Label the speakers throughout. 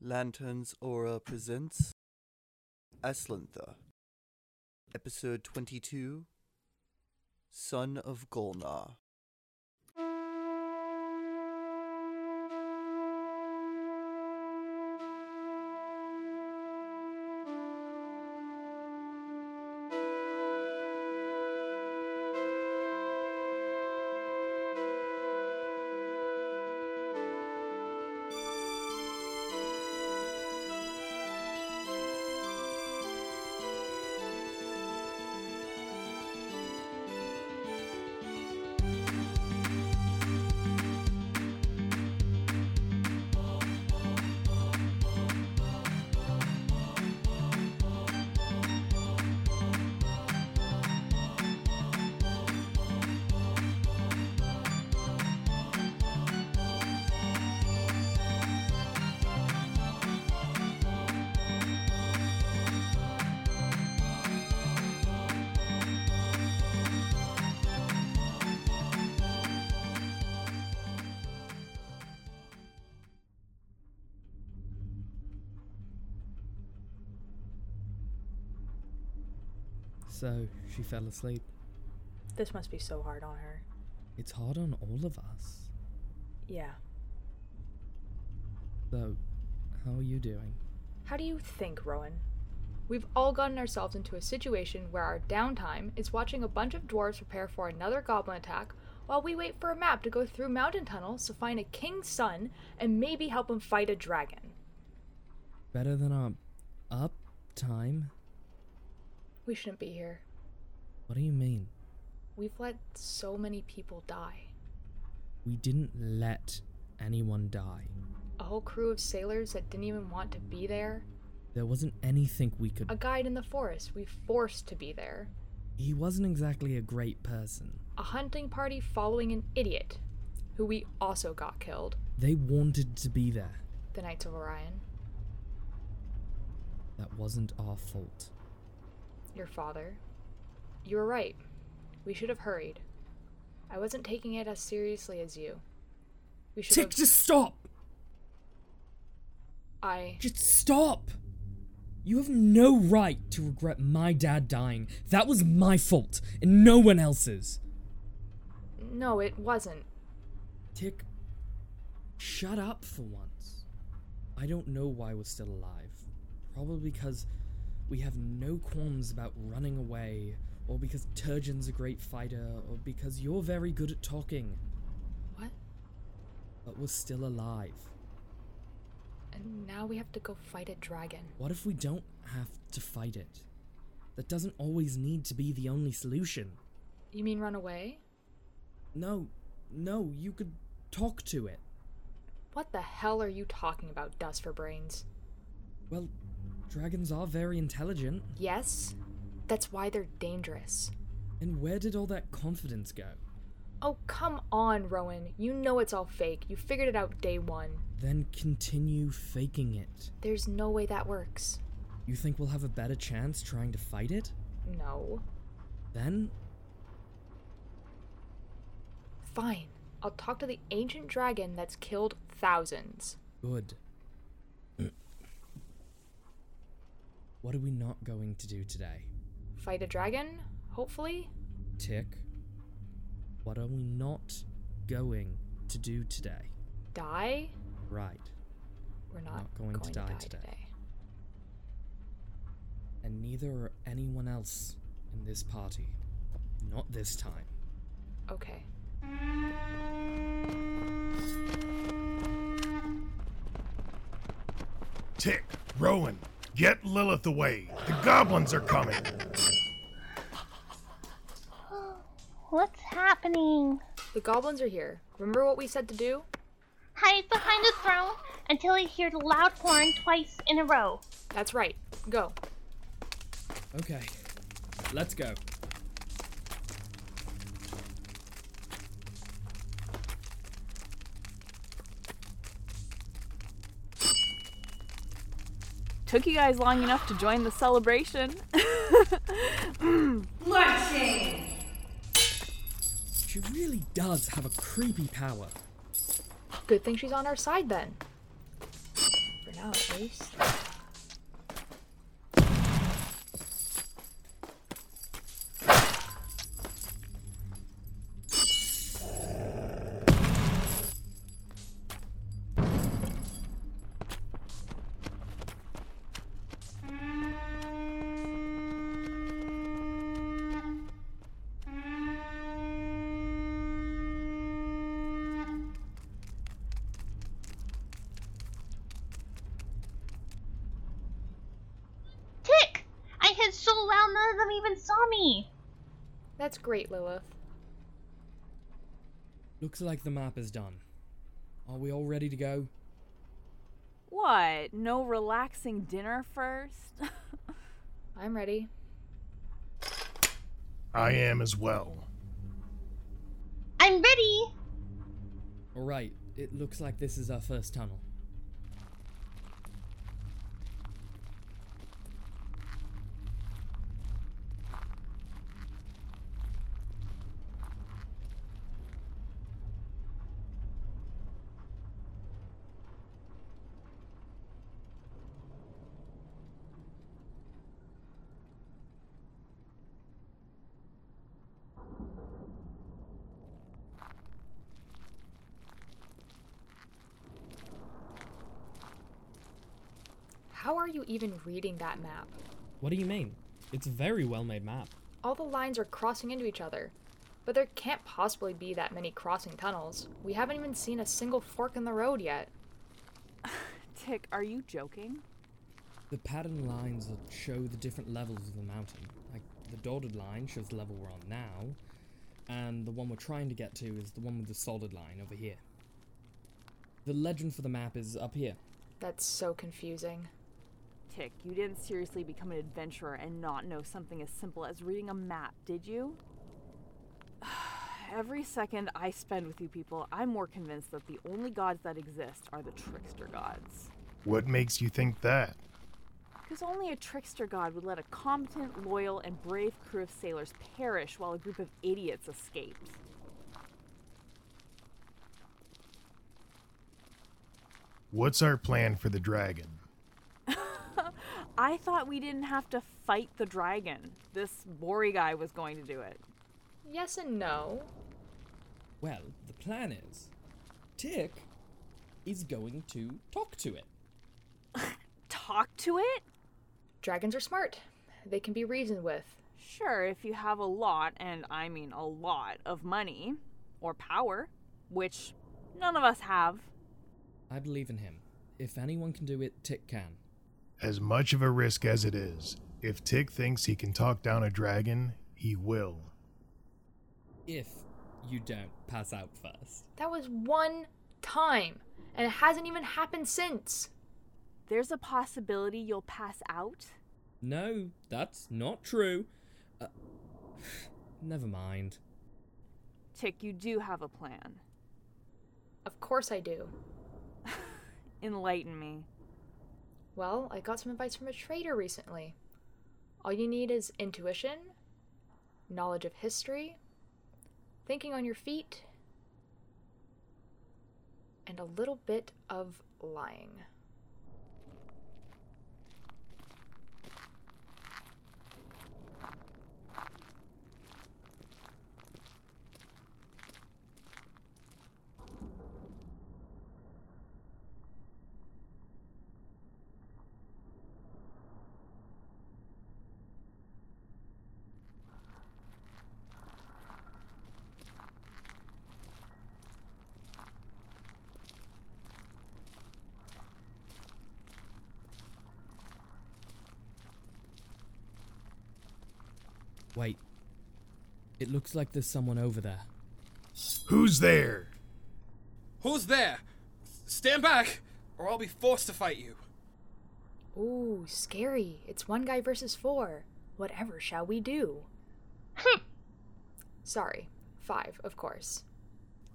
Speaker 1: Lanterns Aura presents Aslantha, Episode 22 Son of Golnar.
Speaker 2: So she fell asleep.
Speaker 3: This must be so hard on her.
Speaker 2: It's hard on all of us.
Speaker 3: Yeah.
Speaker 2: So, how are you doing?
Speaker 3: How do you think, Rowan? We've all gotten ourselves into a situation where our downtime is watching a bunch of dwarves prepare for another goblin attack while we wait for a map to go through mountain tunnels to find a king's son and maybe help him fight a dragon.
Speaker 2: Better than our up time?
Speaker 3: We shouldn't be here.
Speaker 2: What do you mean?
Speaker 3: We've let so many people die.
Speaker 2: We didn't let anyone die.
Speaker 3: A whole crew of sailors that didn't even want to be there.
Speaker 2: There wasn't anything we
Speaker 3: A
Speaker 2: could.
Speaker 3: guide in the forest we forced to be there.
Speaker 2: He wasn't exactly a great person.
Speaker 3: A hunting party following an idiot who we also got killed.
Speaker 2: They wanted to be there.
Speaker 3: The Knights of Orion.
Speaker 2: That wasn't our fault.
Speaker 3: Your father. You were right. We should have hurried. I wasn't taking it as seriously as you. We should
Speaker 2: Tick,
Speaker 3: have.
Speaker 2: just stop!
Speaker 3: I.
Speaker 2: Just stop! You have no right to regret my dad dying. That was my fault, and no one else's.
Speaker 3: No, it wasn't.
Speaker 2: Tick, shut up for once. I don't know why we're still alive. Probably because we have no qualms about running away, or because Turgeon's a great fighter, or because you're very good at talking,
Speaker 3: What?
Speaker 2: but we're still alive.
Speaker 3: And now we have to go fight a dragon.
Speaker 2: What if we don't have to fight it? That doesn't always need to be the only solution.
Speaker 3: You mean run away?
Speaker 2: No, no, you could talk to it.
Speaker 3: What the hell are you talking about, Dust for Brains?
Speaker 2: Well, dragons are very intelligent.
Speaker 3: Yes? That's why they're dangerous.
Speaker 2: And where did all that confidence go?
Speaker 3: Oh, come on, Rowan. You know it's all fake. You figured it out day one.
Speaker 2: Then continue faking it.
Speaker 3: There's no way that works.
Speaker 2: You think we'll have a better chance trying to fight it?
Speaker 3: No.
Speaker 2: Then?
Speaker 3: Fine. I'll talk to the ancient dragon that's killed thousands.
Speaker 2: Good. what are we not going to do today?
Speaker 3: Fight a dragon, hopefully?
Speaker 2: Tick. What are we not going to do today?
Speaker 3: Die?
Speaker 2: Right.
Speaker 3: We're not,
Speaker 2: Not going to die today. And neither are anyone else in this party. Not this time.
Speaker 3: Okay.
Speaker 4: Tick, Rowan, get Lilith away. The goblins are coming.
Speaker 5: What's happening?
Speaker 3: The goblins are here. Remember what we said to do?
Speaker 5: Hide behind a throne until I hear the loud horn twice in a row.
Speaker 3: That's right. Go.
Speaker 2: Okay. Let's go.
Speaker 6: took you guys long enough to join the celebration.
Speaker 2: She really does have a creepy power.
Speaker 3: Good thing she's on our side then. For now. Waste.
Speaker 5: Tick! I hit so loud none of them even saw me.
Speaker 3: That's great, Lilith.
Speaker 2: Looks like the map is done. Are we all ready to go?
Speaker 6: What? No relaxing dinner first?
Speaker 3: I'm ready.
Speaker 4: I am as well.
Speaker 5: I'm ready.
Speaker 2: Alright, it looks like this is our first tunnel.
Speaker 3: How are you even reading that map?
Speaker 2: What do you mean? It's a very well made map.
Speaker 3: All the lines are crossing into each other. But there can't possibly be that many crossing tunnels. We haven't even seen a single fork in the road yet.
Speaker 6: Tick, are you joking?
Speaker 2: The pattern lines that show the different levels of the mountain. Like the dotted line shows the level we're on now, and the one we're trying to get to is the one with the solid line over here. The legend for the map is up here.
Speaker 3: That's so confusing.
Speaker 6: Tick, you didn't seriously become an adventurer and not know something as simple as reading a map, did you? Every second I spend with you people, I'm more convinced that the only gods that exist are the trickster gods.
Speaker 4: What makes you think that?
Speaker 6: Because only a trickster god would let a competent, loyal, and brave crew of sailors perish while a group of idiots escaped.
Speaker 4: What's our plan for the dragon?
Speaker 6: I thought we didn't have to fight the dragon. This Bori guy was going to do it.
Speaker 3: Yes and no.
Speaker 2: Well, the plan is Tick is going to talk to it.
Speaker 6: Talk to it?
Speaker 3: Dragons are smart. They can be reasoned with.
Speaker 6: Sure, if you have a lot, and I mean a lot, of money or power, which none of us have.
Speaker 2: I believe in him. If anyone can do it, Tick can.
Speaker 4: As much of a risk as it is, if Tick thinks he can talk down a dragon, he will.
Speaker 2: If you don't pass out first.
Speaker 3: That was one time, and it hasn't even happened since.
Speaker 6: There's a possibility you'll pass out.
Speaker 2: No, that's not true. Uh, never mind.
Speaker 6: Tick, you do have a plan.
Speaker 3: Of course I do.
Speaker 6: Enlighten me.
Speaker 3: Well, I got some advice from a trader recently. All you need is intuition, knowledge of history, thinking on your feet, and a little bit of lying.
Speaker 2: Wait. It looks like there's someone over there.
Speaker 4: Who's there?
Speaker 7: Who's there? Stand back, or I'll be forced to fight you.
Speaker 3: Ooh, scary. It's one guy versus four. Whatever shall we do? Sorry, five, of course.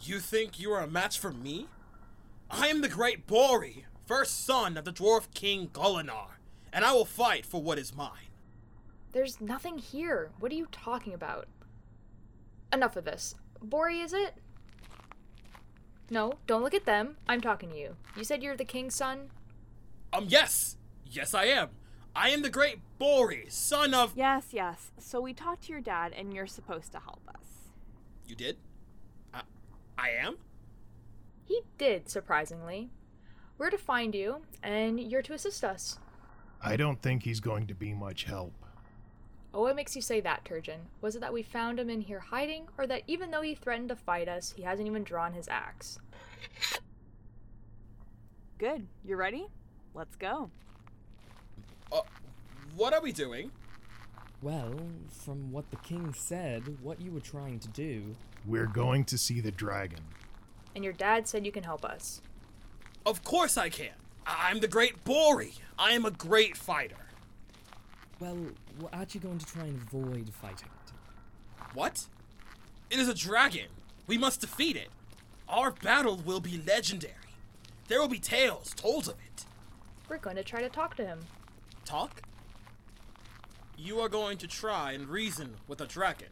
Speaker 7: You think you are a match for me? I am the great Bori, first son of the dwarf king Golinar, and I will fight for what is mine.
Speaker 3: There's nothing here. What are you talking about? Enough of this. Bori, is it? No, don't look at them. I'm talking to you. You said you're the king's son?
Speaker 2: Um, yes. Yes, I am. I am the great Bori, son of.
Speaker 6: Yes, yes. So we talked to your dad, and you're supposed to help us.
Speaker 2: You did? I, I am?
Speaker 3: He did, surprisingly. We're to find you, and you're to assist us.
Speaker 4: I don't think he's going to be much help.
Speaker 3: Oh, what makes you say that, Turgeon? Was it that we found him in here hiding, or that even though he threatened to fight us, he hasn't even drawn his axe?
Speaker 6: Good. You ready? Let's go.
Speaker 2: Uh, what are we doing?
Speaker 7: Well, from what the king said, what you were trying to do.
Speaker 4: We're going to see the dragon.
Speaker 3: And your dad said you can help us.
Speaker 2: Of course I can. I- I'm the great Bori. I am a great fighter.
Speaker 7: Well, we're actually going to try and avoid fighting it.
Speaker 2: What? It is a dragon. We must defeat it. Our battle will be legendary. There will be tales told of it.
Speaker 3: We're going to try to talk to him.
Speaker 2: Talk? You are going to try and reason with a dragon.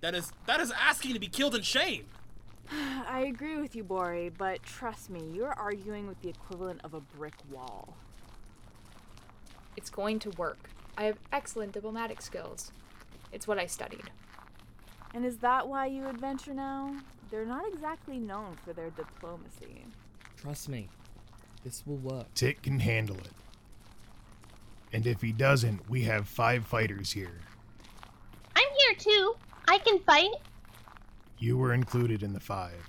Speaker 2: That is that is asking to be killed in shame.
Speaker 6: I agree with you, Bori, but trust me, you're arguing with the equivalent of a brick wall.
Speaker 3: It's going to work. I have excellent diplomatic skills. It's what I studied.
Speaker 6: And is that why you adventure now? They're not exactly known for their diplomacy.
Speaker 7: Trust me, this will work.
Speaker 4: Tick can handle it. And if he doesn't, we have five fighters here.
Speaker 5: I'm here too. I can fight.
Speaker 4: You were included in the five.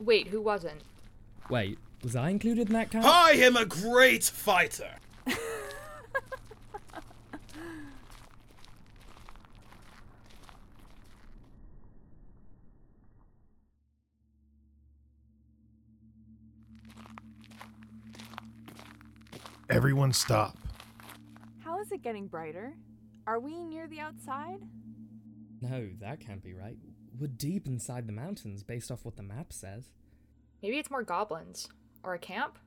Speaker 3: Wait, who wasn't?
Speaker 7: Wait, was I included in that count?
Speaker 2: I am a great fighter.
Speaker 4: Everyone stop.
Speaker 6: How is it getting brighter? Are we near the outside?
Speaker 7: No, that can't be right. We're deep inside the mountains based off what the map says.
Speaker 3: Maybe it's more goblins. Or a camp?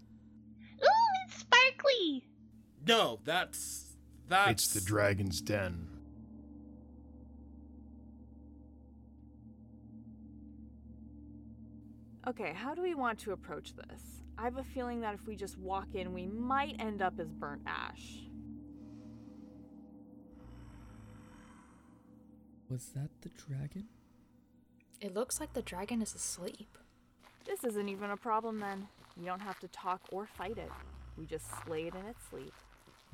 Speaker 5: Ooh, it's sparkly.
Speaker 2: No, that's that's
Speaker 4: It's the dragon's den.
Speaker 6: Okay, how do we want to approach this? I have a feeling that if we just walk in, we might end up as burnt ash.
Speaker 7: Was that the dragon?
Speaker 3: It looks like the dragon is asleep.
Speaker 6: This isn't even a problem then. We don't have to talk or fight it. We just slay it in its sleep.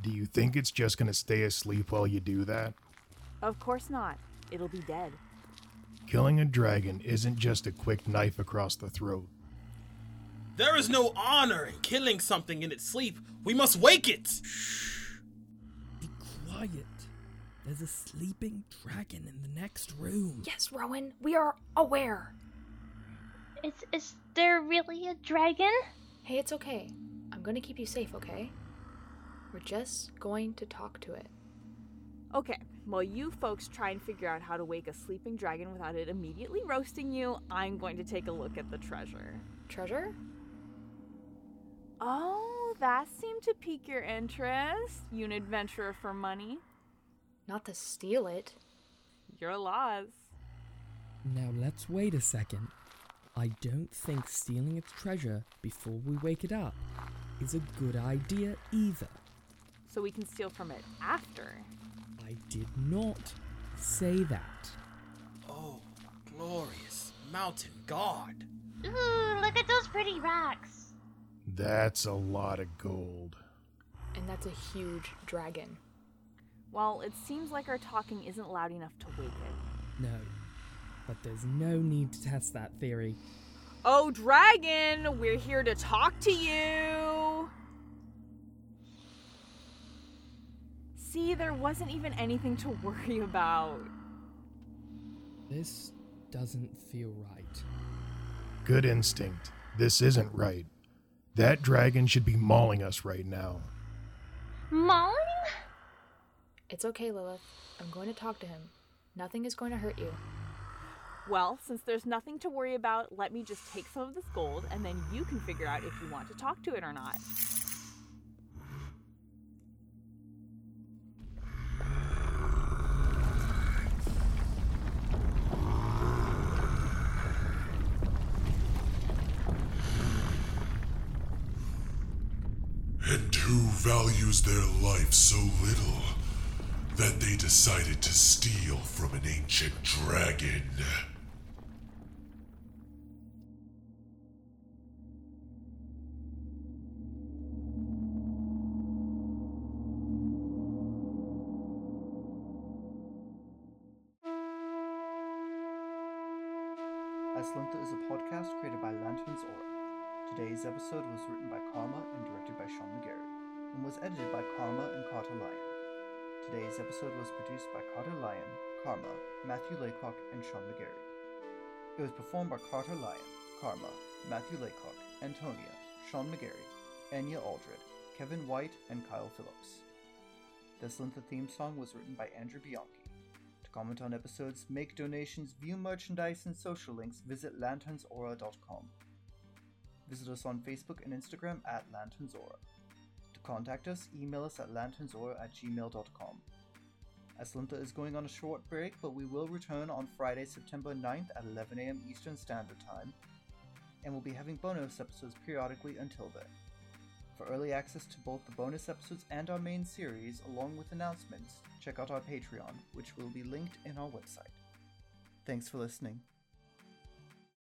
Speaker 4: Do you think it's just gonna stay asleep while you do that?
Speaker 6: Of course not. It'll be dead.
Speaker 4: Killing a dragon isn't just a quick knife across the throat.
Speaker 2: There is no honor in killing something in its sleep. We must wake it.
Speaker 7: Be quiet. There's a sleeping dragon in the next room.
Speaker 3: Yes, Rowan, we are aware.
Speaker 5: Is is there really a dragon?
Speaker 3: Hey, it's okay. I'm gonna keep you safe, okay? We're just going to talk to it.
Speaker 6: Okay, while you folks try and figure out how to wake a sleeping dragon without it immediately roasting you, I'm going to take a look at the treasure.
Speaker 3: Treasure?
Speaker 6: Oh, that seemed to pique your interest. You an adventurer for money?
Speaker 3: Not to steal it.
Speaker 6: Your laws.
Speaker 7: Now let's wait a second. I don't think stealing its treasure before we wake it up is a good idea either.
Speaker 6: So we can steal from it after.
Speaker 7: I did not say that.
Speaker 2: Oh, glorious mountain god.
Speaker 5: Ooh, look at those pretty rocks.
Speaker 4: That's a lot of gold.
Speaker 3: And that's a huge dragon.
Speaker 6: Well, it seems like our talking isn't loud enough to wake it.
Speaker 7: No. But there's no need to test that theory.
Speaker 6: Oh, dragon, we're here to talk to you. See, there wasn't even anything to worry about.
Speaker 7: This doesn't feel right.
Speaker 4: Good instinct. This isn't right. That dragon should be mauling us right now.
Speaker 5: Mauling?
Speaker 3: It's okay, Lilith. I'm going to talk to him. Nothing is going to hurt you.
Speaker 6: Well, since there's nothing to worry about, let me just take some of this gold and then you can figure out if you want to talk to it or not.
Speaker 8: Into who values their life so little that they decided to steal from an ancient dragon.
Speaker 1: Aslinta is a podcast created by Lantern's Aura. Today's episode was written by Karma and directed by Sean McGarry, and was edited by Karma and Carter Lyon. Today's episode was produced by Carter Lyon, Karma, Matthew Laycock, and Sean McGarry. It was performed by Carter Lyon, Karma, Matthew Laycock, Antonia, Sean McGarry, Enya Aldred, Kevin White, and Kyle Phillips. The Slintha theme song was written by Andrew Bianchi. To comment on episodes, make donations, view merchandise, and social links, visit lanternsaura.com. Visit us on Facebook and Instagram at lanternsaura. To contact us, email us at lanternsaura at gmail.com. Aslinta is going on a short break, but we will return on Friday, September 9th at 11am Eastern Standard Time, and we'll be having bonus episodes periodically until then. For early access to both the bonus episodes and our main series, along with announcements, check out our Patreon, which will be linked in our website. Thanks for listening.